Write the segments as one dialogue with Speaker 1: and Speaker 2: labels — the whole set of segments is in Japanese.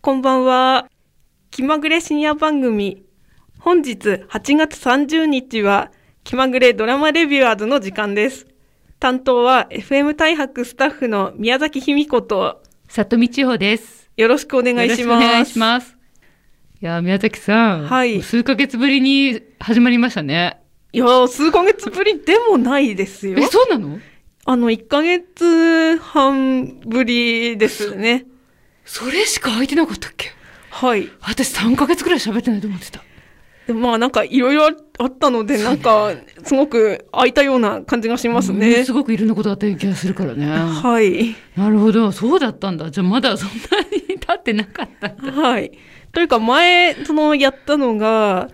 Speaker 1: こんばんは。気まぐれ深夜番組。本日8月30日は、気まぐれドラマレビュアーズの時間です。担当は FM 大白スタッフの宮崎卑美子と、
Speaker 2: 里見千穂です。
Speaker 1: よろしくお願いします。
Speaker 2: よろしくお願いします。いやー、宮崎さん。
Speaker 1: はい
Speaker 2: もう数ヶ月ぶりに始まりましたね。
Speaker 1: いやー、数ヶ月ぶりでもないですよ
Speaker 2: え、。そうなの
Speaker 1: あの、1ヶ月半ぶりですね。
Speaker 2: それしか空いてなかったっけ
Speaker 1: はい。
Speaker 2: 私3ヶ月くらい喋ってないと思ってた。
Speaker 1: でまあなんかいろいろあったので、なんかすごく空いたような感じがします
Speaker 2: もの
Speaker 1: ね
Speaker 2: す。ごくいろんなことあったような気がするからね。
Speaker 1: はい。
Speaker 2: なるほど。そうだったんだ。じゃあまだそんなに経ってなかった。
Speaker 1: はい。というか前、そのやったのが、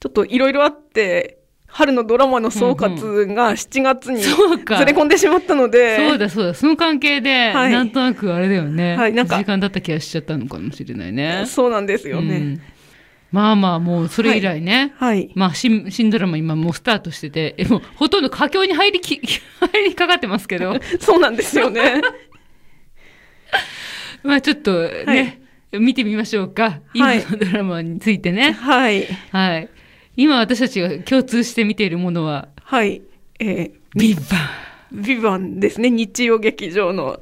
Speaker 1: ちょっといろいろあって、春のドラマの総括が7月にず
Speaker 2: そうか
Speaker 1: れ込んでしまったので、
Speaker 2: そうだそうだ。その関係で、
Speaker 1: はい
Speaker 2: なんとなくあれだよね。
Speaker 1: はいなんか
Speaker 2: 時間だった気がしちゃったのかもしれないね。
Speaker 1: そうなんですよ
Speaker 2: う
Speaker 1: ね。
Speaker 2: んまあまあ、もうそれ以来ね。
Speaker 1: はい。
Speaker 2: まあ、新、新ドラマ今もうスタートしてて、えもうほとんど佳境に入りき、 入りかかってますけど、
Speaker 1: そうなんですよね。
Speaker 2: まあちょっとね、見てみましょうか。今
Speaker 1: はい
Speaker 2: のドラマについてね。
Speaker 1: はい。
Speaker 2: はい。今私たちが共通して見ているものは、
Speaker 1: はい。えー
Speaker 2: ビバン。
Speaker 1: ビバンですね。日曜劇場の。
Speaker 2: はい。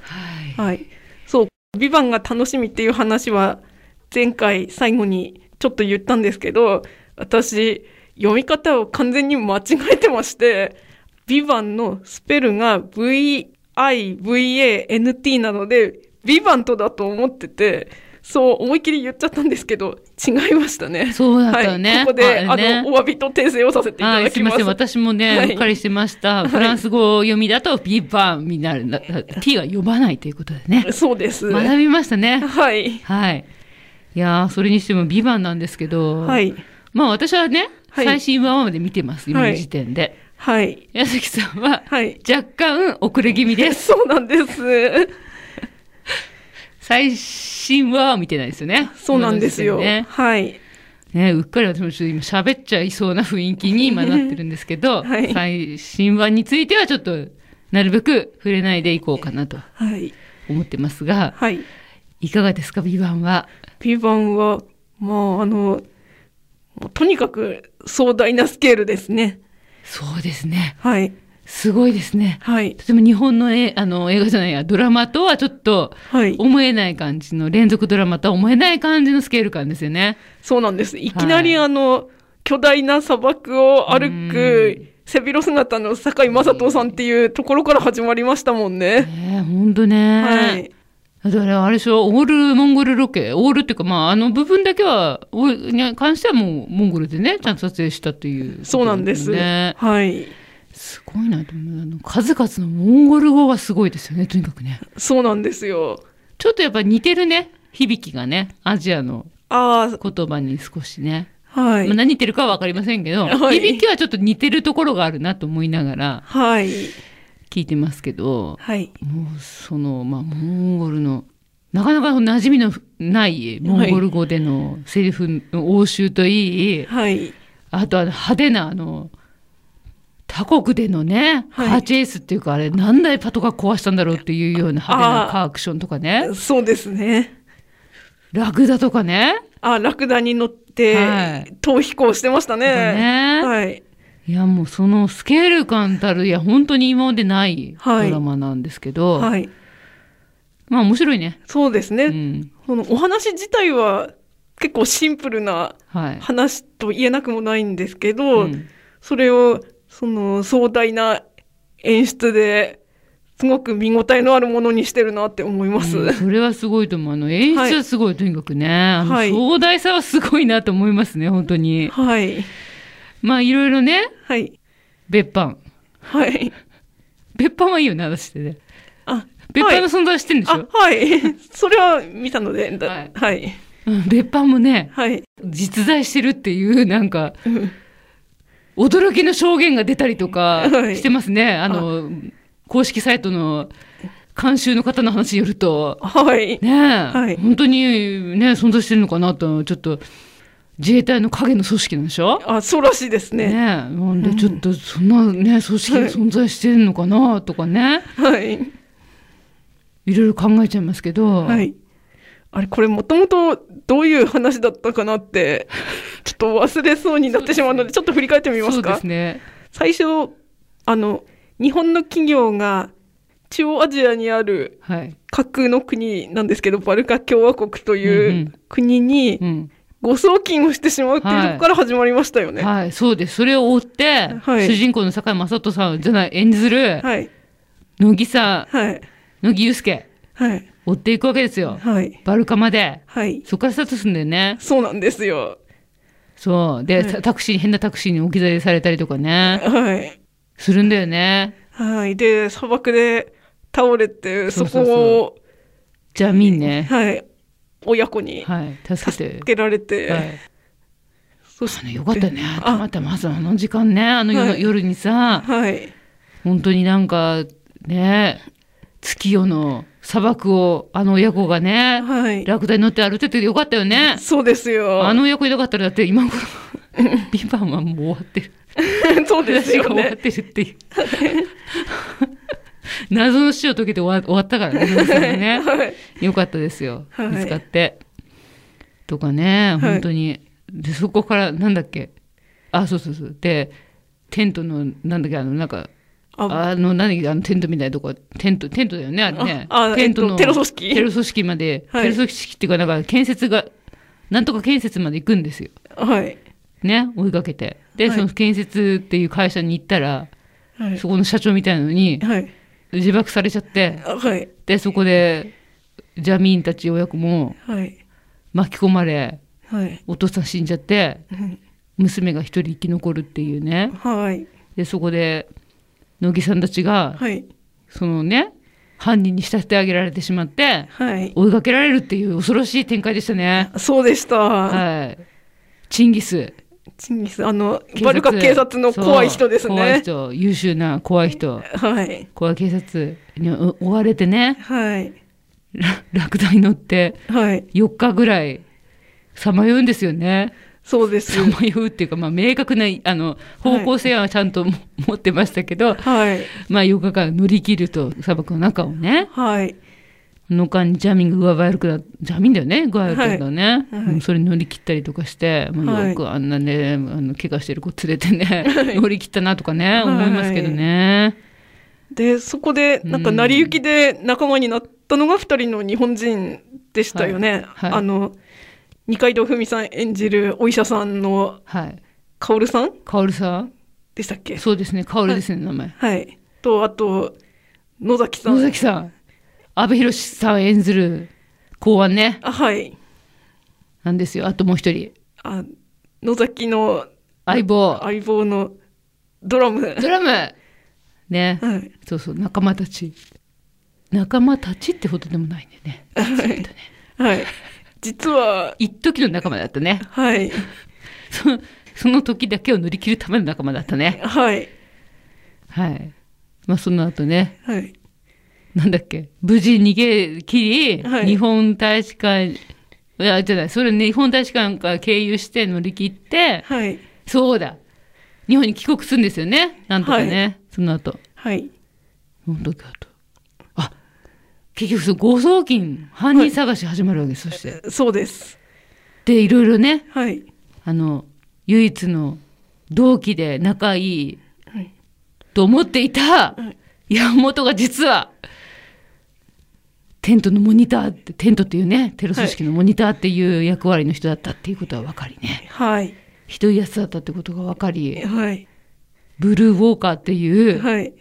Speaker 1: はい。そう。ビバンが楽しみっていう話は、前回最後にちょっと言ったんですけど、私、読み方を完全に間違えてまして、ビバンのスペルが V-I-V-A-N-T なので、ビバントだと思ってて、そう思いっきり言っちゃったんだけど、違いましたね。
Speaker 2: そうだったよね
Speaker 1: はい、ここで、あ
Speaker 2: あれね
Speaker 1: の、お詫びと訂正をさせていた
Speaker 2: は
Speaker 1: だ
Speaker 2: い、す
Speaker 1: き
Speaker 2: い
Speaker 1: ま。
Speaker 2: ますせん。私もね、
Speaker 1: は
Speaker 2: う
Speaker 1: い
Speaker 2: っかりしてました。フランス語読みだと、ビバンになるんだ。T は呼ばないということでね。
Speaker 1: そうです。
Speaker 2: 学びましたね。
Speaker 1: はい。
Speaker 2: はい。いやー、それにしてもビバンなんですけど、
Speaker 1: はい。
Speaker 2: まあ私はね、
Speaker 1: はい
Speaker 2: 最新話まで見てます、今
Speaker 1: は
Speaker 2: の
Speaker 1: い
Speaker 2: 時点で。
Speaker 1: はい。
Speaker 2: 矢崎さんは、
Speaker 1: はい。
Speaker 2: 若干遅れ気味で す。
Speaker 1: そうなんです。
Speaker 2: 最新話は見てないですよね。
Speaker 1: そうなんですよ。
Speaker 2: 今の時点ね
Speaker 1: はい。
Speaker 2: ねうっかり私もちょっと今喋っちゃいそうな雰囲気に今なってるんですけ ど、
Speaker 1: はい
Speaker 2: 最新話についてはちょっと、なるべく触れないでいこうかなと
Speaker 1: はい。
Speaker 2: 思ってますが、
Speaker 1: はい。
Speaker 2: いかがですか、ビバンは。
Speaker 1: ビバンは、まあ、あの、もうとにかく壮大なスケールですね。
Speaker 2: そうですね。
Speaker 1: はい。
Speaker 2: すごいですね。
Speaker 1: はい。
Speaker 2: とても日本のえあの映画じゃないや、ドラマとはちょっと、
Speaker 1: はい。
Speaker 2: 思えない感じの連続ドラマとは思えない感じのスケール感ですよね。
Speaker 1: そうなんです。いきなり
Speaker 2: は
Speaker 1: あの、巨大な砂漠を歩
Speaker 2: う
Speaker 1: く、背広姿の堺雅人さんっていうところから始まりましたもんね。
Speaker 2: ねえ、ほんとね。
Speaker 1: はい。
Speaker 2: だからあれでしょ、オールモンゴルロケ、オールっていうか、まあ、あの部分だけは、オールに関してはもうモンゴルでね、ちゃんと撮影したという、
Speaker 1: そうなんです。
Speaker 2: ね。
Speaker 1: はい。
Speaker 2: すごいなと思う。あの数々のモンゴル語はすごいですよね、とにかくね。
Speaker 1: そうなんですよ。
Speaker 2: ちょっとやっぱ似てるね、響きがね、アジアの
Speaker 1: あ
Speaker 2: 言葉に少しね。
Speaker 1: あ、はい
Speaker 2: まあ、。何似てるかはわかりませんけど、
Speaker 1: はい
Speaker 2: 響きはちょっと似てるところがあるなと思いながら
Speaker 1: はい。
Speaker 2: 聞いてますけど、
Speaker 1: はい。
Speaker 2: もうその、まあ、モンゴルのなかなか馴染みのないモンゴル語でのセリフの応酬といい、
Speaker 1: はい。
Speaker 2: あとは派手なあの他国でのね、
Speaker 1: はい
Speaker 2: カーチェイスっていうかあれ何台パトカー壊したんだろうっていうような派手なカーアクションとかね
Speaker 1: そうですね。
Speaker 2: ラクダとかね
Speaker 1: あ、ラクダに乗って、
Speaker 2: はい
Speaker 1: 逃避行してましたね。
Speaker 2: そうだね
Speaker 1: はい。
Speaker 2: いやもうそのスケール感たるいや本当に今までないド
Speaker 1: はい
Speaker 2: ラマなんですけど、
Speaker 1: はい。
Speaker 2: まあ面白いね。
Speaker 1: そうです
Speaker 2: う
Speaker 1: ね。
Speaker 2: ん
Speaker 1: このお話自体は結構シンプルな
Speaker 2: はい
Speaker 1: 話と言えなくもないんですけど、
Speaker 2: うん
Speaker 1: それを、その壮大な演出で、すごく見応えのあるものにしてるなって思います。
Speaker 2: うんそれはすごいと思う。あの、演出はすごい、とにかくね。あの
Speaker 1: はい
Speaker 2: 壮大さはすごいなと思いますね、本当に。
Speaker 1: はい。
Speaker 2: まあ、いろいろね、
Speaker 1: はい。
Speaker 2: 別班。
Speaker 1: はい。
Speaker 2: 別班はいいよね、話してね。
Speaker 1: あ、
Speaker 2: 別
Speaker 1: はい
Speaker 2: 班の存在してんでし
Speaker 1: あ
Speaker 2: ょ、
Speaker 1: はい。 それは見たので、だ
Speaker 2: はい
Speaker 1: はい。
Speaker 2: うん別班もね、
Speaker 1: はい。
Speaker 2: 実在してるっていう、なんか、
Speaker 1: うん
Speaker 2: 驚きの証言が出たりと か
Speaker 1: はい
Speaker 2: してますね。あの、公式サイトの監修の方の話によると。
Speaker 1: はい。
Speaker 2: ねえ、
Speaker 1: い
Speaker 2: 本当にね、存在してるのかなと、ちょっと、自衛隊の影の組織なんでしょ
Speaker 1: あ、そうらしいですね。
Speaker 2: ねえ、なんでちょっとそんな ね、組織が存在してるのかなとかね、
Speaker 1: はい。
Speaker 2: いろいろ考えちゃいますけど、
Speaker 1: はい。あれ、これもともとどういう話だったかな って、ちょっと忘れそうになってしまうので、ちょっと振り返ってみま
Speaker 2: そ
Speaker 1: す
Speaker 2: うで
Speaker 1: か。
Speaker 2: すね。
Speaker 1: 最初、あの、日本の企業が中央アジアにある
Speaker 2: はい。
Speaker 1: 架空の国なんですけど、バルカ共和国と
Speaker 2: ん
Speaker 1: いううん国に
Speaker 2: うん。
Speaker 1: 誤送金をしてしまうっていうところから始まりましたよね。は
Speaker 2: はい、そうです。それを追って、
Speaker 1: はい
Speaker 2: 主人公の坂井正人さんじゃない、演じる、
Speaker 1: い。
Speaker 2: 乃木さ
Speaker 1: はい。
Speaker 2: ん、乃木祐介、
Speaker 1: はい。
Speaker 2: 追っていくわけですよ。
Speaker 1: はい。
Speaker 2: バルカまで。
Speaker 1: はい。
Speaker 2: そこからスタートするんだよね。
Speaker 1: そうなんですよ。
Speaker 2: そう。で、
Speaker 1: はい
Speaker 2: タタクシー、変なタクシーに置き去りされたりとかね、
Speaker 1: はい。
Speaker 2: するんだよね。
Speaker 1: はい。で、砂漠で倒れて、そう
Speaker 2: そ
Speaker 1: こ
Speaker 2: そうそう
Speaker 1: を、
Speaker 2: ジャミーンね。
Speaker 1: はい。親子に
Speaker 2: はい。助けて
Speaker 1: 助。けられて、
Speaker 2: はい。
Speaker 1: そ
Speaker 2: あのよかったね。
Speaker 1: あ
Speaker 2: たまたまさ、あの時間ね、あの夜,、
Speaker 1: はい
Speaker 2: 夜にさ、
Speaker 1: はい。
Speaker 2: 本当になんか、ね、月夜の砂漠を、あの親子がね、
Speaker 1: はい。
Speaker 2: ラクダに乗って歩いててよかったよね。
Speaker 1: そうですよ。
Speaker 2: あの親子いなかったら、だって今頃、ビバンはもう終わってる。
Speaker 1: そうです
Speaker 2: 話が
Speaker 1: よ
Speaker 2: 終わっ
Speaker 1: ね。
Speaker 2: てるっていう。 謎の死を解けて終わ終わったからね、皆さんね。
Speaker 1: はい。
Speaker 2: よかったですよ。
Speaker 1: はい
Speaker 2: 見つかって。とかね、
Speaker 1: はい
Speaker 2: 本当に。で、そこから、なんだっけ。あ、そうそうそう。で、テントの、なんだっけ、あの、なんか、
Speaker 1: あ、
Speaker 2: あの、何、あの、テントみたいなとこ、テント、テントだよね、あれね。
Speaker 1: ああ
Speaker 2: テント
Speaker 1: え
Speaker 2: の、
Speaker 1: っとテロ組織
Speaker 2: テロ組織まで、
Speaker 1: はい
Speaker 2: テロ組織っていうか、なんか、建設が、なんとか建設まで行くんですよ。
Speaker 1: はい。
Speaker 2: ね、追いかけて。で、
Speaker 1: はい
Speaker 2: その建設っていう会社に行ったら、
Speaker 1: はい。
Speaker 2: そこの社長みたいなのに、
Speaker 1: はい。
Speaker 2: 自爆されちゃって、
Speaker 1: はい。
Speaker 2: で、そこで、ジャミーンたち親子も、
Speaker 1: はい。
Speaker 2: 巻き込まれ
Speaker 1: はい。
Speaker 2: お父さん死んじゃって
Speaker 1: うん
Speaker 2: 娘が一人生き残るっていうね
Speaker 1: はい。
Speaker 2: でそこで乃木さんたちが
Speaker 1: はい。
Speaker 2: そのね犯人に仕立て上げられてしまって
Speaker 1: はい。
Speaker 2: 追いかけられるっていう恐ろしい展開でしたね
Speaker 1: そうでした。
Speaker 2: はいチンギス
Speaker 1: チンギス、あの
Speaker 2: 警、察
Speaker 1: バルカ警察の怖い人です
Speaker 2: そう怖い
Speaker 1: ね。
Speaker 2: 人優秀な怖い人
Speaker 1: はい。
Speaker 2: 怖い警察にう追われてね
Speaker 1: はい。
Speaker 2: ララクダに乗って
Speaker 1: はい。
Speaker 2: 4日ぐらいさまようんですよね
Speaker 1: そうです
Speaker 2: さ。まようっていうか、まあ、明確なあの方向性はちゃんとも、持ってましたけど、
Speaker 1: はい。
Speaker 2: まあ、8日間乗り切ると砂漠の中をね
Speaker 1: はい。
Speaker 2: の間にジャミング具合悪くなジャミンだよね具合悪くなったのね、
Speaker 1: はいはい
Speaker 2: もうそれ乗り切ったりとかして、まあ、
Speaker 1: はい
Speaker 2: よくあんなねあの怪我してる子連れてね、乗り切ったなとかね
Speaker 1: はい
Speaker 2: 思いますけどね、
Speaker 1: で、そこで、なんか、
Speaker 2: うん
Speaker 1: 成り行きで仲間になったのが二人の日本人でしたよね。
Speaker 2: はいはい
Speaker 1: あの、二階堂ふみさん演じるお医者さんの
Speaker 2: はい
Speaker 1: 薫さん
Speaker 2: カオルさん
Speaker 1: でしたっけ
Speaker 2: そうですねカオルですね名前
Speaker 1: はい。と、あと、野崎さん。
Speaker 2: 野崎さん阿部寛さん演ずる公安ね
Speaker 1: あはい。
Speaker 2: なんですよあともう一人
Speaker 1: あ、野崎の
Speaker 2: 相棒
Speaker 1: 相棒のドラム。
Speaker 2: ドラムね、
Speaker 1: はい。
Speaker 2: そうそう、仲間たち。仲間たちってほどでもないんだよね。
Speaker 1: はい。実は、
Speaker 2: 一時の仲間だったね。
Speaker 1: はい。
Speaker 2: そのその時だけを乗り切るための仲間だったね。
Speaker 1: はい。
Speaker 2: はい。まあその後ね、
Speaker 1: はい。
Speaker 2: なんだっけ、無事逃げ切り、
Speaker 1: はい
Speaker 2: 日本大使館、いや、じゃない、それね、日本大使館から経由して乗り切って、
Speaker 1: はい。
Speaker 2: そうだ、日本に帰国するんですよね。なんとかね、その後。
Speaker 1: はい。
Speaker 2: 本当だと。あ、結局その誤送金、犯人探し始まるわけ、そして。
Speaker 1: そうです。
Speaker 2: で、いろいろね、
Speaker 1: はい。
Speaker 2: あの、唯一の同期で仲いい
Speaker 1: はい。
Speaker 2: と思っていた
Speaker 1: はい
Speaker 2: 山本が実は、テントのモニターって、テントっていうね、テロ組織のモニターっていう役割の人だったっていうことは分かりね。
Speaker 1: はい。
Speaker 2: ひどいやつだったってことが分かり、
Speaker 1: はい。
Speaker 2: ブルーウォーカーっていうは
Speaker 1: はい。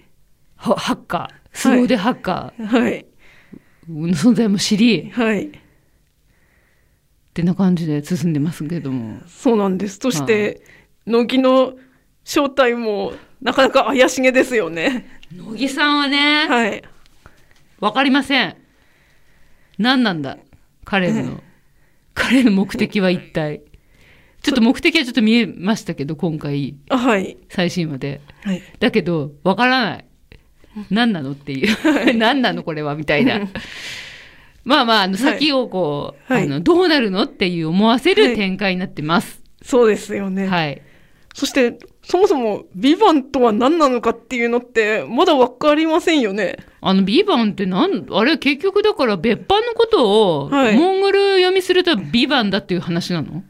Speaker 2: ハッカー、スゴでハッカ
Speaker 1: はい。
Speaker 2: ーの存在も知り、
Speaker 1: はい。
Speaker 2: ってな感じで進んでますけども。
Speaker 1: そうなんです。そして、乃木の正体も、なかなか怪しげですよね。
Speaker 2: 乃木さんはね、
Speaker 1: はい。
Speaker 2: わかりません。何なんだ彼の。 彼の目的は一体。 ちょっと目的はちょっと見えましたけど、今回、
Speaker 1: あはい。
Speaker 2: 最新話で。
Speaker 1: はい。
Speaker 2: だけど、わからない。何なのっていう。 何なのこれはみた いな。まあまあ、あの、
Speaker 1: はい
Speaker 2: 先をこう、
Speaker 1: はい
Speaker 2: あの、どうなるのっていう思わせ
Speaker 1: は
Speaker 2: る
Speaker 1: い
Speaker 2: 展開になってます。
Speaker 1: そうですよね。
Speaker 2: はい。
Speaker 1: そして、そもそも、ビバンとは何なのかっていうのって、まだわかりませんよね。
Speaker 2: あの、ビバンってなん、あれ結局だから別版のことを、
Speaker 1: はい
Speaker 2: モンゴル読みするとビバンだっていう話なの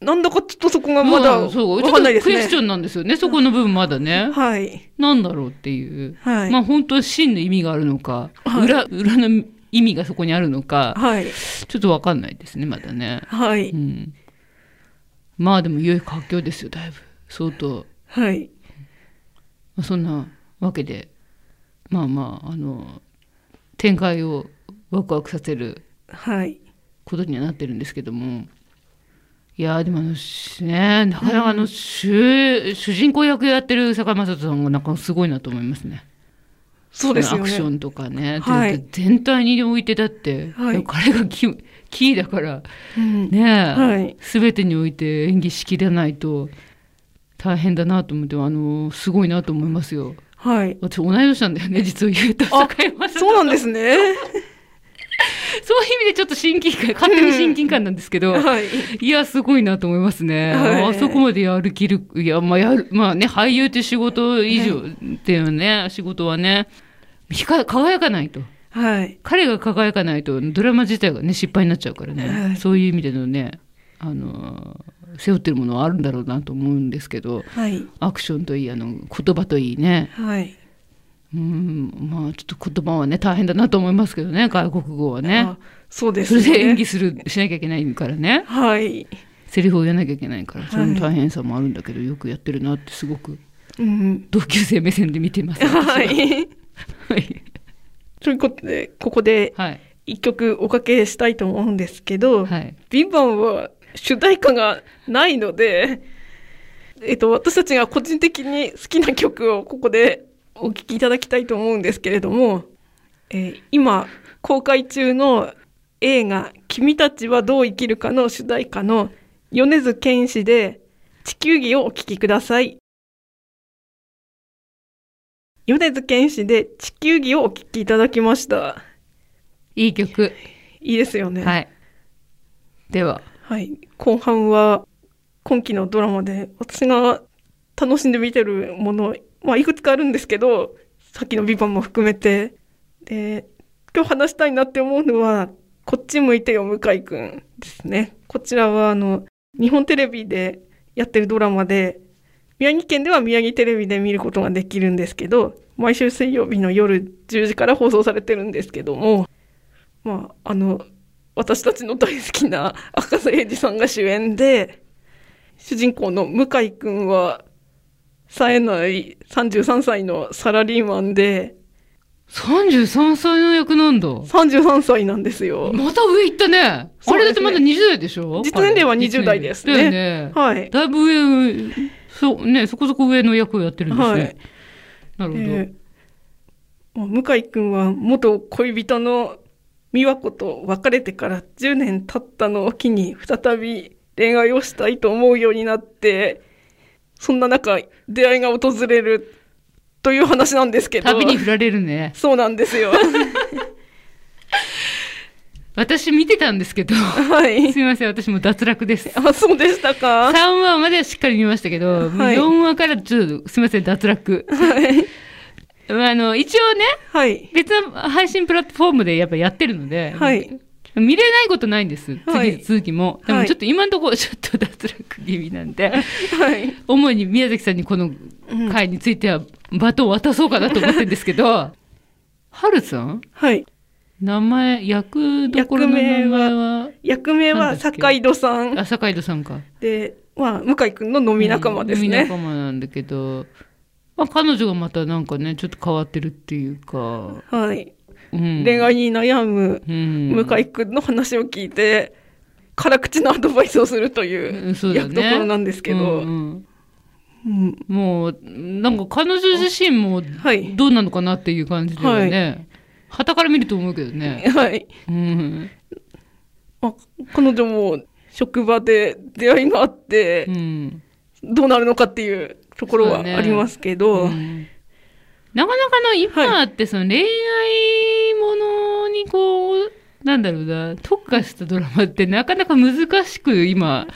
Speaker 1: なんだかちょっとそこがまだ、
Speaker 2: う
Speaker 1: わ
Speaker 2: んそう、ちょ
Speaker 1: か
Speaker 2: っ
Speaker 1: んない
Speaker 2: と
Speaker 1: です
Speaker 2: クエスチョ
Speaker 1: ね。
Speaker 2: ンなんですよね、そこの部分まだね。
Speaker 1: はい。
Speaker 2: なんだろうっていう。
Speaker 1: はい。
Speaker 2: まあ本当は真の意味があるのか、
Speaker 1: はい
Speaker 2: 裏、裏の意味がそこにあるのか、
Speaker 1: はい。
Speaker 2: ちょっとわかんないですね、まだね。
Speaker 1: はい。
Speaker 2: うん。まあでも、良い環境ですよ、だいぶ。相当。
Speaker 1: はい。
Speaker 2: まあそんなわけで、まあまあ、あの、展開をワクワクさせる
Speaker 1: はい。
Speaker 2: ことにはなってるんですけどもいやーでもあのしねなかなかあの、主主人公役やってる坂井雅人さんがなんかすごいなと思いますね
Speaker 1: そうです
Speaker 2: あの
Speaker 1: よ
Speaker 2: アクショ
Speaker 1: ね。
Speaker 2: ンとかね、
Speaker 1: はい
Speaker 2: とにかく全体においてだって、
Speaker 1: はい
Speaker 2: でも彼がキーキーだから
Speaker 1: うん
Speaker 2: ね、
Speaker 1: はい
Speaker 2: 全てにおいて演技しきれないと大変だなと思ってあのすごいなと思いますよ
Speaker 1: はい。
Speaker 2: 私同い年なんだよね実を言うと
Speaker 1: あ
Speaker 2: 坂井雅人
Speaker 1: そうなんです ね。
Speaker 2: そういう意味でちょっと親近感勝手に親近感なんですけど、
Speaker 1: はい。
Speaker 2: いや、すごいなと思いますね。
Speaker 1: はい
Speaker 2: あそこまでやる気力、いや、まあ、やる、まあね、俳優って仕事以上っていうね、仕事はね、ひか輝かないと。
Speaker 1: はい。
Speaker 2: 彼が輝かないと、ドラマ自体がね、失敗になっちゃうからね、
Speaker 1: はい
Speaker 2: そういう意味でのね、あのー、背負ってるものはあるんだろうなと思うんですけど、
Speaker 1: はい。
Speaker 2: アクションといい、あの、言葉といいね。
Speaker 1: はい。
Speaker 2: うん、まあ、ちょっと言葉はね、大変だなと思いますけどね、外国語はね
Speaker 1: あ。そうです
Speaker 2: そ
Speaker 1: ね。
Speaker 2: れで演技する、しなきゃいけないからね。
Speaker 1: はい。
Speaker 2: セリフを言わなきゃいけないから
Speaker 1: い
Speaker 2: それの大変さもあるんだけど、よくやってるなってすごく
Speaker 1: うん。
Speaker 2: 同級生目線で見てま す。
Speaker 1: はい。
Speaker 2: はい、
Speaker 1: ということで、ここで
Speaker 2: はい
Speaker 1: 一曲おかけしたいと思うんですけど、
Speaker 2: はい
Speaker 1: ビバンは主題歌がないので、えっと、私たちが個人的に好きな曲をここでお聴きいただきたいと思うんですけれども、えー今公開中の映画「君たちはどう生きるか」の主題歌の米津玄師で「地球儀」をお聴きください。米津玄師で「地球儀」をお聴きいただきました。
Speaker 2: いい曲、
Speaker 1: いいですよね。
Speaker 2: はい、では
Speaker 1: はい、後半は今期のドラマで私が楽しんで見てるもの、まあ、いくつかあるんですけどさっきの「ビバンも含めてで今日話したいなって思うのは「こっち向いてよ向井くん」ですね。こちらはあの日本テレビでやってるドラマで宮城県では宮城テレビで見ることができるんですけど毎週水曜日の夜10時から放送されてるんですけどもまああの私たちの大好きな赤瀬英二さんが主演で主人公の向井くんは冴えない33歳のサラリーマンで
Speaker 2: 33歳の役なんだ
Speaker 1: 33歳なんですよ。
Speaker 2: また上行ったね
Speaker 1: そ
Speaker 2: あ
Speaker 1: う
Speaker 2: れ
Speaker 1: です
Speaker 2: だって
Speaker 1: ね
Speaker 2: まだ20代でしょ
Speaker 1: 実年齢は
Speaker 2: 彼
Speaker 1: 20代ですね
Speaker 2: だよね、
Speaker 1: はい。
Speaker 2: だいぶ上そうねそこそこ上の役をやってるんですね、
Speaker 1: はい
Speaker 2: なるほど、
Speaker 1: でまあ向井くんは元恋人の美和子と別れてから10年経ったのを機に再び恋愛をしたいと思うようになってそんな中出会いが訪れるという話なんですけど
Speaker 2: 旅に振られるね
Speaker 1: そうなんですよ。
Speaker 2: 私見てたんで すけど
Speaker 1: はい
Speaker 2: す。みません私もう脱落です
Speaker 1: あ、そうでしたか。
Speaker 2: 3話まではしっかり見ましたけど、
Speaker 1: はい
Speaker 2: 4話からちょっとすみません脱 落、
Speaker 1: はい。
Speaker 2: まあ、あの一応ね
Speaker 1: はい。
Speaker 2: 別の配信プラットフォームでやっぱやってるので、
Speaker 1: はい。
Speaker 2: 見れないことないんです次、
Speaker 1: はい
Speaker 2: 続きもで
Speaker 1: は
Speaker 2: も
Speaker 1: い
Speaker 2: ちょっと今のところちょっと脱落気味なんで、
Speaker 1: はい。
Speaker 2: 主に宮崎さんにこの
Speaker 1: うん
Speaker 2: 回についてはバトンを渡そうかなと思ってるんです けどはるさん
Speaker 1: はい。
Speaker 2: 名前役どころの名前は
Speaker 1: 役名
Speaker 2: なん
Speaker 1: は
Speaker 2: だっけ
Speaker 1: 坂井戸さん
Speaker 2: 朝井戸さんか
Speaker 1: で、まあ、向井くんの飲み仲間です
Speaker 2: 飲み
Speaker 1: ね。
Speaker 2: 仲間なんだけど、まあ、彼女がまたなんかねちょっと変わってるっていうか、
Speaker 1: はい。
Speaker 2: うん、
Speaker 1: 恋愛に悩む
Speaker 2: うん
Speaker 1: 向井くんの話を聞いて、辛口なアドバイスをすると
Speaker 2: う
Speaker 1: い
Speaker 2: ん
Speaker 1: う
Speaker 2: そうだ
Speaker 1: 役
Speaker 2: ね
Speaker 1: どころなんですけど
Speaker 2: うん、うん
Speaker 1: うん
Speaker 2: もうなんか彼女自身も
Speaker 1: はい
Speaker 2: どうなのかなっていう感じだよねはた、から見ると思うけどね、
Speaker 1: はい。
Speaker 2: うん
Speaker 1: まあ、彼女も職場で出会いがあって
Speaker 2: う、ん
Speaker 1: どうなるのかっていうところはありますけど、
Speaker 2: うんなかなかの今ってその恋愛ものにこうなんだろうな特化したドラマってなかなか難しく今、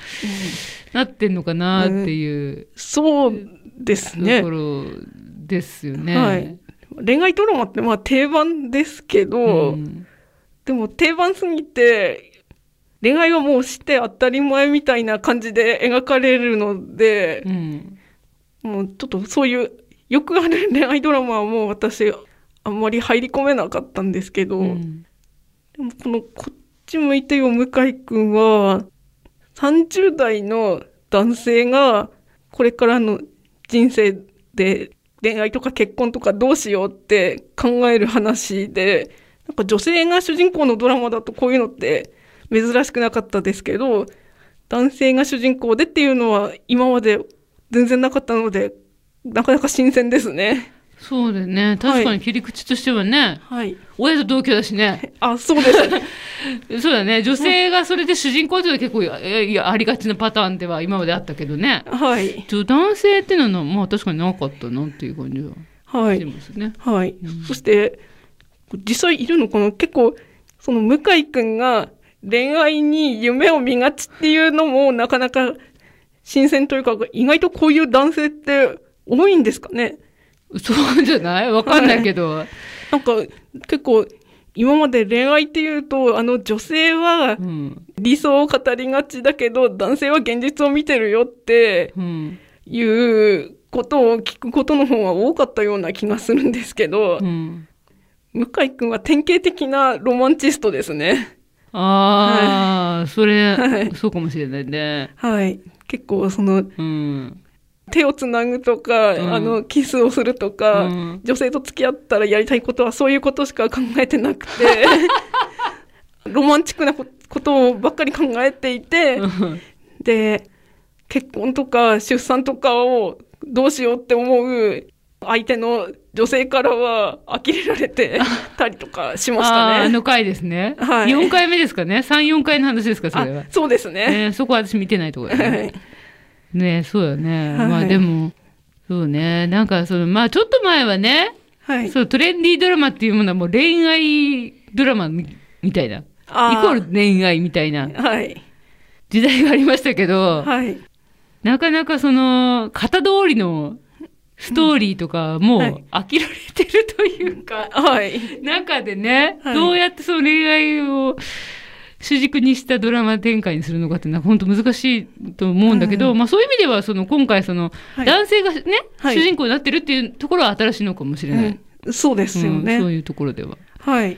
Speaker 2: なってんのかなっていう
Speaker 1: そうです
Speaker 2: と
Speaker 1: ね
Speaker 2: こ。ろですよね。
Speaker 1: はい恋愛ドラマってまあ定番ですけど、
Speaker 2: うん
Speaker 1: でも定番すぎて恋愛はもうして当たり前みたいな感じで描かれるので
Speaker 2: う、ん
Speaker 1: もうちょっとそういうよくある恋愛ドラマはもう私あんまり入り込めなかったんですけど、
Speaker 2: うん
Speaker 1: でもこの「こっち向いてよ向井くん」は30代の男性がこれからの人生で恋愛とか結婚とかどうしようって考える話でなんか女性が主人公のドラマだとこういうのって珍しくなかったですけど男性が主人公でっていうのは今まで全然なかったのでなかなか新鮮ですね。
Speaker 2: そうだよね確か
Speaker 1: は
Speaker 2: に切り口としてはね、
Speaker 1: はい、
Speaker 2: 親と同居だしね
Speaker 1: あそう ですね
Speaker 2: そうだね女性がそれで主人公というのは結構いやいやありがちなパターンでは今まであったけどね
Speaker 1: はい
Speaker 2: ちょ男性っていうのはまあ確かになかったなっていう感じは
Speaker 1: はい
Speaker 2: しますね。
Speaker 1: はい、
Speaker 2: うん
Speaker 1: そして実際いるのかな結構その向井くんが恋愛に夢を見がちっていうのもなかなか新鮮というか意外とこういう男性って多いんですかね
Speaker 2: そうじゃないわかんないけど、
Speaker 1: なんか結構今まで恋愛っていうとあの女性は
Speaker 2: うん
Speaker 1: 理想を語りがちだけど男性は現実を見てるよって
Speaker 2: うん
Speaker 1: いうことを聞くことの方が多かったような気がするんですけど、
Speaker 2: うん、
Speaker 1: 向井くんは典型的なロマンチストですね。
Speaker 2: ああ、それ、
Speaker 1: はい
Speaker 2: そうかもしれないね。
Speaker 1: はい。結構その
Speaker 2: うん、
Speaker 1: 手をつなぐとか、
Speaker 2: うん
Speaker 1: あのキスをするとか、
Speaker 2: うん
Speaker 1: 女性と付き合ったらやりたいことはそういうことしか考えてなく て、ロマンチックなこことばっかり考えてい て、で、結婚とか出産とかをどうしようって思う相手の女性からは呆れられてたりとかしまし
Speaker 2: あー
Speaker 1: た
Speaker 2: あ
Speaker 1: ね。
Speaker 2: の回ですね。
Speaker 1: はい
Speaker 2: 4回目ですかね。3、4回の話ですか、それは
Speaker 1: あ。そうですね。
Speaker 2: ねそこは私見てないところだ
Speaker 1: は
Speaker 2: ね。
Speaker 1: い
Speaker 2: ねそうだね。
Speaker 1: はい
Speaker 2: まあでも、そうね。なんか、その、まあちょっと前はね、
Speaker 1: はい。
Speaker 2: そう、トレンディードラマっていうものはもう恋愛ドラマみみたいな。イコ
Speaker 1: あー
Speaker 2: ール恋愛みたいな
Speaker 1: はい。
Speaker 2: 時代がありましたけど、
Speaker 1: はい。
Speaker 2: なかなかその、型通りのストーリーとか、もう
Speaker 1: はい
Speaker 2: 飽きられてるというか、
Speaker 1: はい。
Speaker 2: 中でね、
Speaker 1: はい
Speaker 2: どうやってその恋愛を主軸にしたドラマ展開にするのかっていうのは本当難しいと思うんだけど、まあそういう意味ではその今回その
Speaker 1: はい
Speaker 2: 男性がね、
Speaker 1: はい
Speaker 2: 主人公になってるっていうところは新しいのかもしれない。
Speaker 1: うんそうですよね。
Speaker 2: うんそういうところでは。
Speaker 1: はい。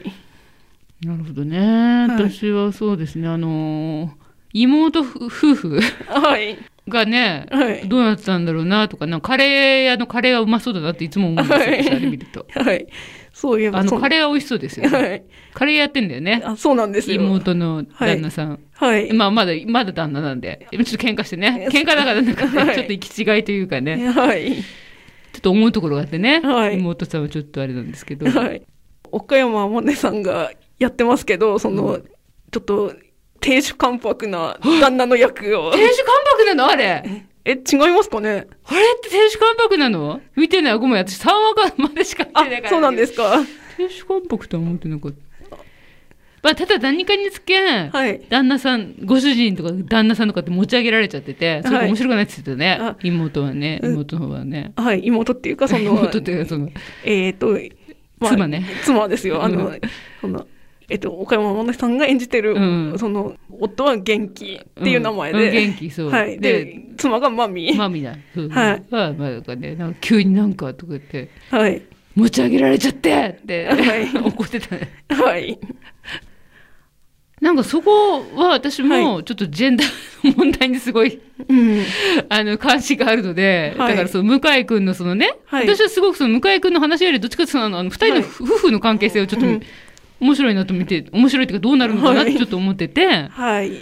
Speaker 2: なるほどね。
Speaker 1: はい
Speaker 2: 私はそうですね、あのー妹夫婦
Speaker 1: はい。
Speaker 2: がね、
Speaker 1: はい
Speaker 2: どうなってたんだろうなとか、なんかカレー屋のカレーがうまそうだなっていつも思うんですよ、
Speaker 1: はい
Speaker 2: 私あれ見ると。
Speaker 1: はい。そういえば、
Speaker 2: あ
Speaker 1: そ
Speaker 2: の
Speaker 1: う
Speaker 2: カレーは美味しそうですよね、
Speaker 1: はい。
Speaker 2: カレーやってんだよね。
Speaker 1: あ、そうなんですよ。
Speaker 2: 妹の旦那さん。
Speaker 1: はい。
Speaker 2: まあ、まだ、まだ旦那なんで。ちょっと喧嘩してね。喧嘩だからなんかね、
Speaker 1: はい
Speaker 2: ちょっと行き違いというかね。
Speaker 1: はい。
Speaker 2: ちょっと思うところがあってね。
Speaker 1: はい
Speaker 2: 妹さんはちょっとあれなんですけど。
Speaker 1: はい。岡山天音さんがやってますけど、その、ちょっと、亭主関白な旦那の役を。
Speaker 2: 亭主関白なのあれ。
Speaker 1: え、違いますかね
Speaker 2: あれって亭主関白なの見てない。ごめん。私3話かまでしか見て
Speaker 1: あ
Speaker 2: ないから。
Speaker 1: そうなんですか。
Speaker 2: 亭主関白とは思ってなかった。まあ、ただ何かにつけん、
Speaker 1: はい
Speaker 2: 旦那さん、ご主人とか旦那さんとかって持ち上げられちゃってて、それが面白くないって言ってたね。
Speaker 1: はい
Speaker 2: 妹はね、
Speaker 1: うん
Speaker 2: 妹の方はね。
Speaker 1: はい。妹っていうか、その、
Speaker 2: 妹っていう かその、
Speaker 1: えっと、
Speaker 2: 妻ね。
Speaker 1: 妻ですよ。あの
Speaker 2: うん、
Speaker 1: その、えっと、岡山天音さんが演じてる、
Speaker 2: うん
Speaker 1: その、夫は元気っていう名前で。
Speaker 2: んん元気そう、
Speaker 1: はい。で、妻がマミー。
Speaker 2: マミだそう
Speaker 1: はい
Speaker 2: はまあなんかねなんか急になんかとか言って
Speaker 1: はい。
Speaker 2: 持ち上げられちゃってって
Speaker 1: はい
Speaker 2: 怒ってたね
Speaker 1: はい。
Speaker 2: なんかそこは私もちょっとジェンダーの問題にすごい
Speaker 1: うん。
Speaker 2: あの関心があるので、
Speaker 1: はい
Speaker 2: だからその向井君のそのね、
Speaker 1: はい
Speaker 2: 私はすごくその向井君の話よりどっちかというとそのあの二人の
Speaker 1: はい
Speaker 2: 夫婦の関係性をちょっと、
Speaker 1: うん
Speaker 2: 面白いなと見て面白いっていうかどうなるのかなってちょっと思ってて、
Speaker 1: はい。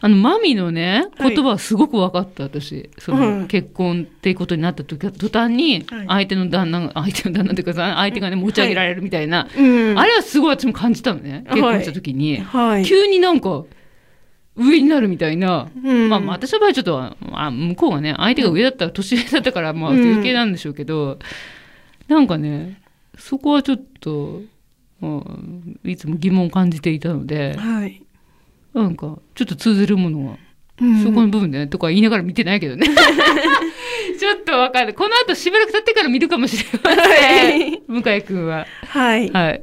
Speaker 2: あのマミのね
Speaker 1: はい
Speaker 2: 言葉はすごく分かった私そ
Speaker 1: う
Speaker 2: の、
Speaker 1: ん
Speaker 2: 結婚っていうことになった時は途端に
Speaker 1: はい
Speaker 2: 相手の旦那が 相手の旦那というかさ相手がね持ち上げられるみたいな、
Speaker 1: うん。
Speaker 2: あれはすごい私も感じたのね
Speaker 1: は
Speaker 2: 結
Speaker 1: い
Speaker 2: 婚した時に、
Speaker 1: はい。
Speaker 2: 急になんか上になるみたいな、
Speaker 1: うん
Speaker 2: まあまあ私の場合ちょっとあ向こうがね相手が上だったら年上だったからまあ
Speaker 1: うん
Speaker 2: 余計なんでしょうけど、なんかねそこはちょっと、うんいつも疑問を感じていたので。
Speaker 1: はい。
Speaker 2: なんか、ちょっと通ずるもの
Speaker 1: う
Speaker 2: が
Speaker 1: ん
Speaker 2: そこの部分だよねとか言いながら見てない けどね。ちょっとわかる。この後しばらく経ってから見るかもしれません。
Speaker 1: はい
Speaker 2: 向井くんは。
Speaker 1: はい。
Speaker 2: はい。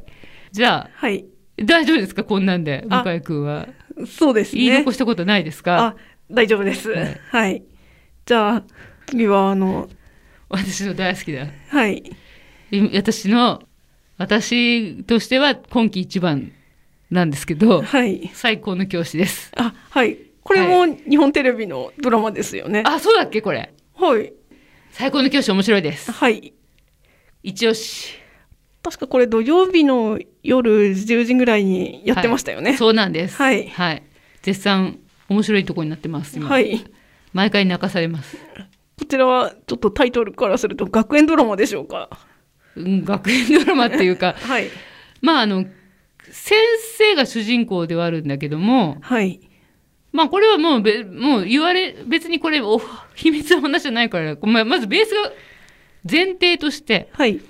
Speaker 2: じゃあ、
Speaker 1: はい。
Speaker 2: 大丈夫ですかこんなんで。
Speaker 1: あ
Speaker 2: 向井くんは。
Speaker 1: そうですね。
Speaker 2: 言い残したことないですか
Speaker 1: あ、大丈夫です。
Speaker 2: は
Speaker 1: はいい。じゃあ、次は、あの、
Speaker 2: 私の大好きだ。
Speaker 1: はい。
Speaker 2: い私の、私としては今季一番なんですけど、
Speaker 1: はい。
Speaker 2: 最高の教師です。
Speaker 1: あ、はい。これも日本テレビのドラマですよね。
Speaker 2: あ、そうだっけこれ。
Speaker 1: はい。
Speaker 2: 最高の教師面白いです。
Speaker 1: はい。
Speaker 2: 一押し。
Speaker 1: 確かこれ土曜日の夜10時ぐらいにやってましたよね。
Speaker 2: そうなんです。
Speaker 1: はい
Speaker 2: 絶賛面白いとこになってます。今
Speaker 1: はい。
Speaker 2: 毎回泣かされます。
Speaker 1: こちらはちょっとタイトルからすると学園ドラマでしょうか。
Speaker 2: うん、学園ドラマっていうか、
Speaker 1: はい。
Speaker 2: まああの、先生が主人公ではあるんだけども、
Speaker 1: はい。
Speaker 2: まあこれはもうべ、もう言われ、別にこれお秘密の話じゃないから、まあまずベースが前提として、
Speaker 1: はい。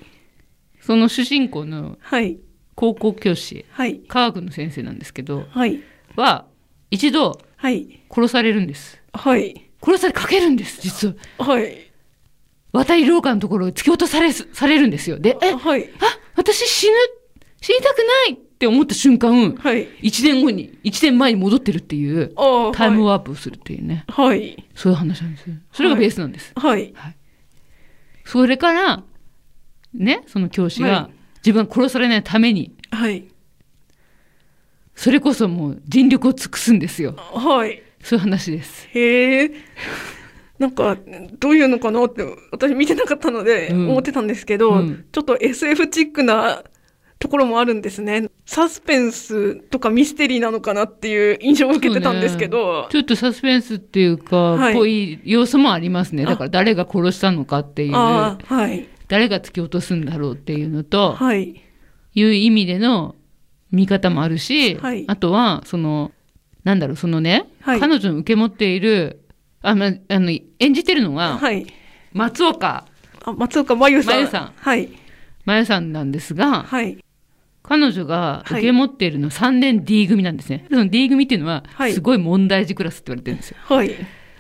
Speaker 2: その主人公の
Speaker 1: はい。
Speaker 2: 高校教師、
Speaker 1: はい。
Speaker 2: 科学の先生なんですけど、
Speaker 1: はい。
Speaker 2: は、一度
Speaker 1: はい。
Speaker 2: 殺されるんです。
Speaker 1: はい。
Speaker 2: 殺されかけるんです、実は。
Speaker 1: はい。
Speaker 2: 渡り廊下のところを突き落とされす、されるんですよ。で、え、あ、
Speaker 1: はい。
Speaker 2: 私死ぬ、死にたくないって思った瞬間、
Speaker 1: はい。
Speaker 2: 一年後に、一年前に戻ってるっていう、
Speaker 1: ああ。
Speaker 2: タイムワープをするっていうね、
Speaker 1: はい。
Speaker 2: そういう話なんですよ。それがベースなんです。
Speaker 1: はい。
Speaker 2: はい。それから、ね、その教師が
Speaker 1: は、
Speaker 2: 自分が殺されないために、
Speaker 1: はい。
Speaker 2: それこそもう尽力を尽くすんですよ。
Speaker 1: はい。
Speaker 2: そういう話です。
Speaker 1: へえ。なんか、どういうのかなって、私見てなかったので、
Speaker 2: うん
Speaker 1: 思ってたんですけど、
Speaker 2: うん
Speaker 1: ちょっと SF チックなところもあるんですね。サスペンスとかミステリーなのかなっていう 印象を受けてたんですけど、
Speaker 2: ちょっとサスペンスっていうか、
Speaker 1: はい
Speaker 2: こういう要素もありますね。だから誰が殺したのかっていう。
Speaker 1: ああ、はい。
Speaker 2: 誰が突き落とすんだろうっていうのと、
Speaker 1: はい。
Speaker 2: い、う意味での見方もあるし、
Speaker 1: はい
Speaker 2: あとは、その、なんだろう、そのね、
Speaker 1: はい
Speaker 2: 彼女の受け持っている、あまあの、演じてるのが、
Speaker 1: はい。
Speaker 2: 松岡
Speaker 1: あ、松岡真由さん。
Speaker 2: 真由さん
Speaker 1: はい。
Speaker 2: 真由さんなんですが、
Speaker 1: はい。
Speaker 2: 彼女が
Speaker 1: はい
Speaker 2: 受け持っているの3年 D 組なんですね。その D 組っていうのは
Speaker 1: は、い
Speaker 2: すごい問題児クラスって言われてるんですよ。
Speaker 1: はい。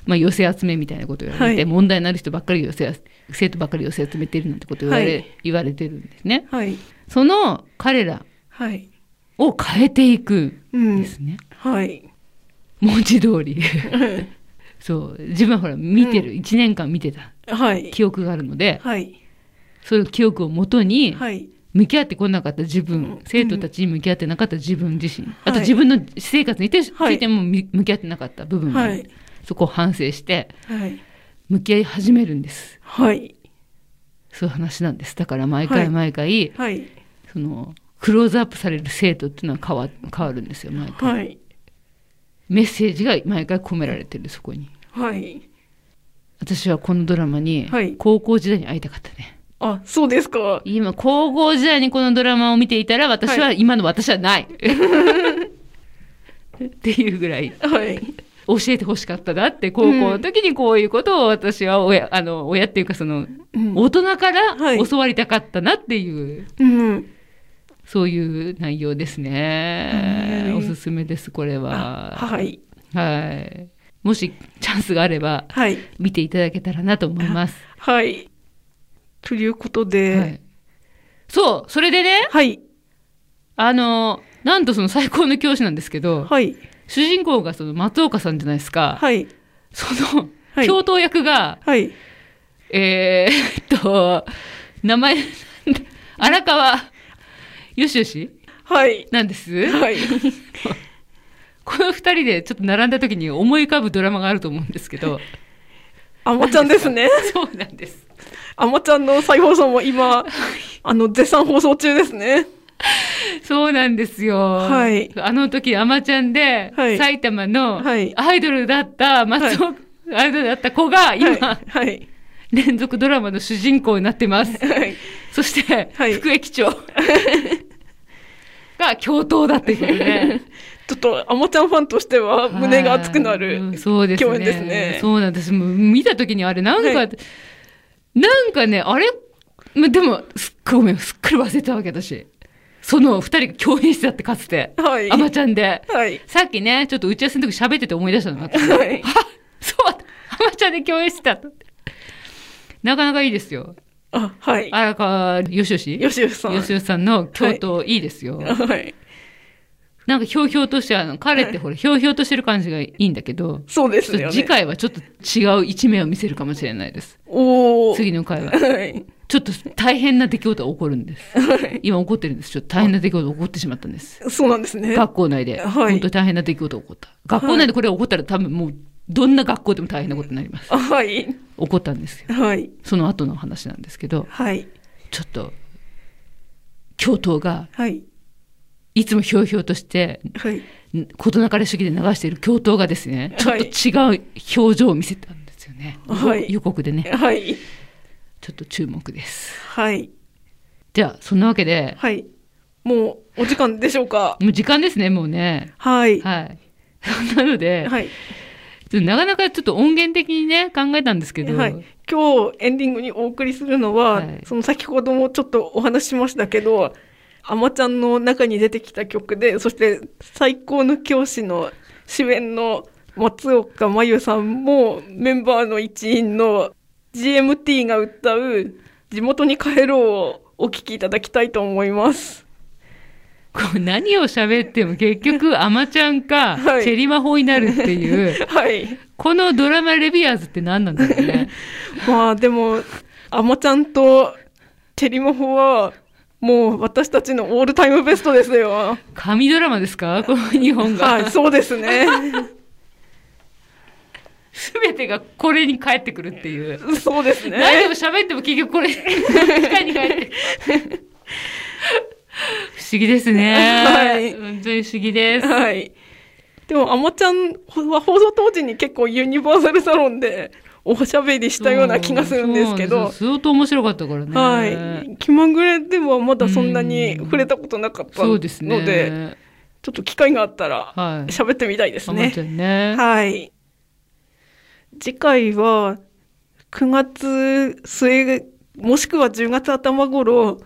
Speaker 2: まあ、寄せ集めみたいなことを言われて、
Speaker 1: はい
Speaker 2: 問題のある人ばっかり寄せ集め、生徒ばっかり寄せ集めてるなんてことを言われ,、
Speaker 1: はい
Speaker 2: 言われてるんですね。
Speaker 1: はい。
Speaker 2: その彼ら
Speaker 1: はい。
Speaker 2: を変えていく
Speaker 1: うんん
Speaker 2: です。ね。
Speaker 1: はい。
Speaker 2: 文字通り。そう。自分はほら、見てる。1年間見てた
Speaker 1: はい。
Speaker 2: 記憶があるので、
Speaker 1: はい。
Speaker 2: そういう記憶をもとに、
Speaker 1: はい。
Speaker 2: 向き合ってこなかった自分、
Speaker 1: うん
Speaker 2: 生徒たちに向き合ってなかった自分自身、あ
Speaker 1: は
Speaker 2: と
Speaker 1: い
Speaker 2: 自分の私生活について,、
Speaker 1: はい
Speaker 2: もみ向き合ってなかった部分がある、
Speaker 1: はい
Speaker 2: そこを反省して、
Speaker 1: はい。
Speaker 2: 向き合い始めるんです。
Speaker 1: はい。
Speaker 2: そういう話なんです。だから毎
Speaker 1: は
Speaker 2: 回
Speaker 1: い
Speaker 2: 毎回、
Speaker 1: はい。
Speaker 2: その、クローズアップされる生徒っていうのは変わ変わるんですよ、毎回。
Speaker 1: はい。
Speaker 2: メッセージが毎回込められてる、そこに。
Speaker 1: はい。
Speaker 2: 私はこのドラマに
Speaker 1: はい、
Speaker 2: 高校時代に会いたかったね。
Speaker 1: あ、そうですか。
Speaker 2: 今、高校時代にこのドラマを見ていたら、私は、
Speaker 1: は
Speaker 2: 今の私はない。 っていうぐらい、
Speaker 1: はい。
Speaker 2: 教えてほしかったなって、高校の時にこういうことを私は親、あの、親っていうかその、
Speaker 1: うん
Speaker 2: 大人から
Speaker 1: はい
Speaker 2: 教わりたかったなっていう、
Speaker 1: うん。
Speaker 2: そういう内容ですね
Speaker 1: へ。ー
Speaker 2: おすすめです、これは。
Speaker 1: はい。
Speaker 2: はい。もしチャンスがあれば、
Speaker 1: はい。
Speaker 2: 見ていただけたらなと思います。
Speaker 1: はい。ということ
Speaker 2: は
Speaker 1: で、
Speaker 2: い。そう、それでね、
Speaker 1: はい。
Speaker 2: あの、なんとその最高の教師なんですけど、
Speaker 1: はい。
Speaker 2: 主人公がその松岡さんじゃないですか。
Speaker 1: はい。
Speaker 2: その、
Speaker 1: はい
Speaker 2: 教頭役が、
Speaker 1: はい。
Speaker 2: えー、っと、名前、なんだ荒川よしよし
Speaker 1: はい。
Speaker 2: なんです。
Speaker 1: はい。
Speaker 2: この二人でちょっと並んだ時に思い浮かぶドラマがあると思うんですけど、
Speaker 1: あまちゃんですね。
Speaker 2: そうなんです。
Speaker 1: あまちゃんの再放送も今、あの、絶賛放送中ですね。
Speaker 2: そうなんですよ。
Speaker 1: はい
Speaker 2: あの時、アマちゃんで、
Speaker 1: はい
Speaker 2: 埼玉の
Speaker 1: はい
Speaker 2: アイドルだった松岡、アイドルだった子が今、
Speaker 1: はい。
Speaker 2: 連続ドラマの主人公になっ てます。
Speaker 1: はい。
Speaker 2: そして、
Speaker 1: はい
Speaker 2: 副 駅長が教頭だっていうことね。
Speaker 1: ちょっと、あまちゃんファンとしては、 胸が熱くな
Speaker 2: はいうん
Speaker 1: る。
Speaker 2: そうですね。
Speaker 1: 共演ですね
Speaker 2: そうなんです。もう見たときにあれ、なんか、
Speaker 1: は
Speaker 2: なんかね、あれ、までも、すっごいごめん、すっかり忘れたわけだし。その二人が共演してたってかつ て。
Speaker 1: はい
Speaker 2: アマちゃんで。
Speaker 1: はい。
Speaker 2: さっきね、ちょっと打ち合わせの時喋ってて思い出したのがあって。
Speaker 1: はい。
Speaker 2: あ そうだアマちゃんで共演してたと。なかなかいいですよ。
Speaker 1: あ、はい。
Speaker 2: 荒川よしよし
Speaker 1: よしよしさん。
Speaker 2: よしよしさんの京都いいですよ。
Speaker 1: はい。
Speaker 2: なんかひょうひょうとして、あの、彼ってほら、ひょうひょうとしてる感じがいいんだけど、
Speaker 1: そうで
Speaker 2: ち
Speaker 1: す
Speaker 2: ょっ
Speaker 1: よ
Speaker 2: と
Speaker 1: ね。
Speaker 2: 次。回はちょっと違う一面を見せるかもしれないです。
Speaker 1: おお。
Speaker 2: 次の回は。
Speaker 1: はい。
Speaker 2: ちょっと大変な出来事が起こるんです。
Speaker 1: はい。
Speaker 2: 今起こってるんです。ちょっと大変な出来事が起こってしまったんです。
Speaker 1: そうなんですね。
Speaker 2: 学校内 で。
Speaker 1: はい
Speaker 2: 本当に大変な出来事が起こった。学校内でこれが起こったら多分もう、どんな学校でも大変なことになります。
Speaker 1: あはい。
Speaker 2: 起こったんですよ。
Speaker 1: はい。
Speaker 2: その後の話なんですけど、
Speaker 1: はい。
Speaker 2: ちょっと、教頭が、
Speaker 1: はい。
Speaker 2: いつもひょうひょうとして、
Speaker 1: はい。
Speaker 2: 事なかれ主義で流している教頭がですね、ちょ
Speaker 1: はい
Speaker 2: っと違う表情を見せたんですよね。
Speaker 1: はい
Speaker 2: 予告でね、
Speaker 1: はい。
Speaker 2: ちょっと注目です。
Speaker 1: はい。
Speaker 2: じゃあ、そんなわけで、
Speaker 1: はい。もう、お時間でしょうか。
Speaker 2: もう時間ですね、もうね。
Speaker 1: はい。
Speaker 2: はい。 なので、
Speaker 1: はい。
Speaker 2: ちょっとなかなかちょっと音源的にね、考えたんですけど、
Speaker 1: はい、今日エンディングにお送りするのは、
Speaker 2: はい
Speaker 1: その先ほどもちょっとお話ししましたけど「あまちゃん」の中に出てきた曲でそして「最高の教師」の主演の松岡真優さんもメンバーの一員の GMT が歌う「地元に帰ろう」をお聴きいただきたいと思います。
Speaker 2: こう何を喋っても結局、アマちゃんか、
Speaker 1: はい
Speaker 2: チェリマホになるっ ていう、
Speaker 1: はい、
Speaker 2: このドラマレビアーズって何なんだろうね。
Speaker 1: まあでもあまちゃんとチェリモホはもう私たちのオールタイムベストですよ。
Speaker 2: 神ドラマですかこの日本が。
Speaker 1: はい、そうです ね。
Speaker 2: すべてがこれに帰ってくるっていう。
Speaker 1: そうです
Speaker 2: 何で
Speaker 1: ね。
Speaker 2: も喋っても結局こ れ、機械に帰って。不思議ですね。
Speaker 1: はい
Speaker 2: 本当に不思議です。
Speaker 1: はい。でも、あまちゃんは放送当時に結構ユニバーサルサロンでおしゃべりしたような気がするんですけど、
Speaker 2: そう相当面白かったからね。
Speaker 1: はい。気まぐれではまだそんなに触れたことなかった
Speaker 2: そ
Speaker 1: の
Speaker 2: うですね。
Speaker 1: で、ちょっと機会があったら
Speaker 2: はい。
Speaker 1: 喋ってみたいです
Speaker 2: あま
Speaker 1: ね
Speaker 2: ち。ゃんね。
Speaker 1: はい。次回は9月末もしくは10月頭頃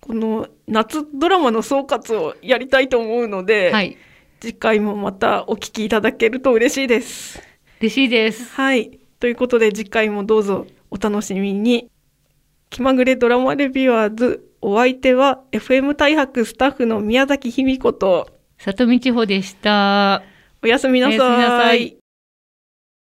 Speaker 1: この夏ドラマの総括をやりたいと思うので、
Speaker 2: はい。
Speaker 1: 次回もまたお聞きいただけると嬉しいです。
Speaker 2: 嬉しいです。
Speaker 1: はい。ということで次回もどうぞお楽しみに。気まぐれドラマレビュアーズお相手は FM 大白スタッフの宮崎卑美子と
Speaker 2: 里見千穂でした。
Speaker 1: おやすみなさ
Speaker 2: おやすみなさ
Speaker 1: い
Speaker 2: い。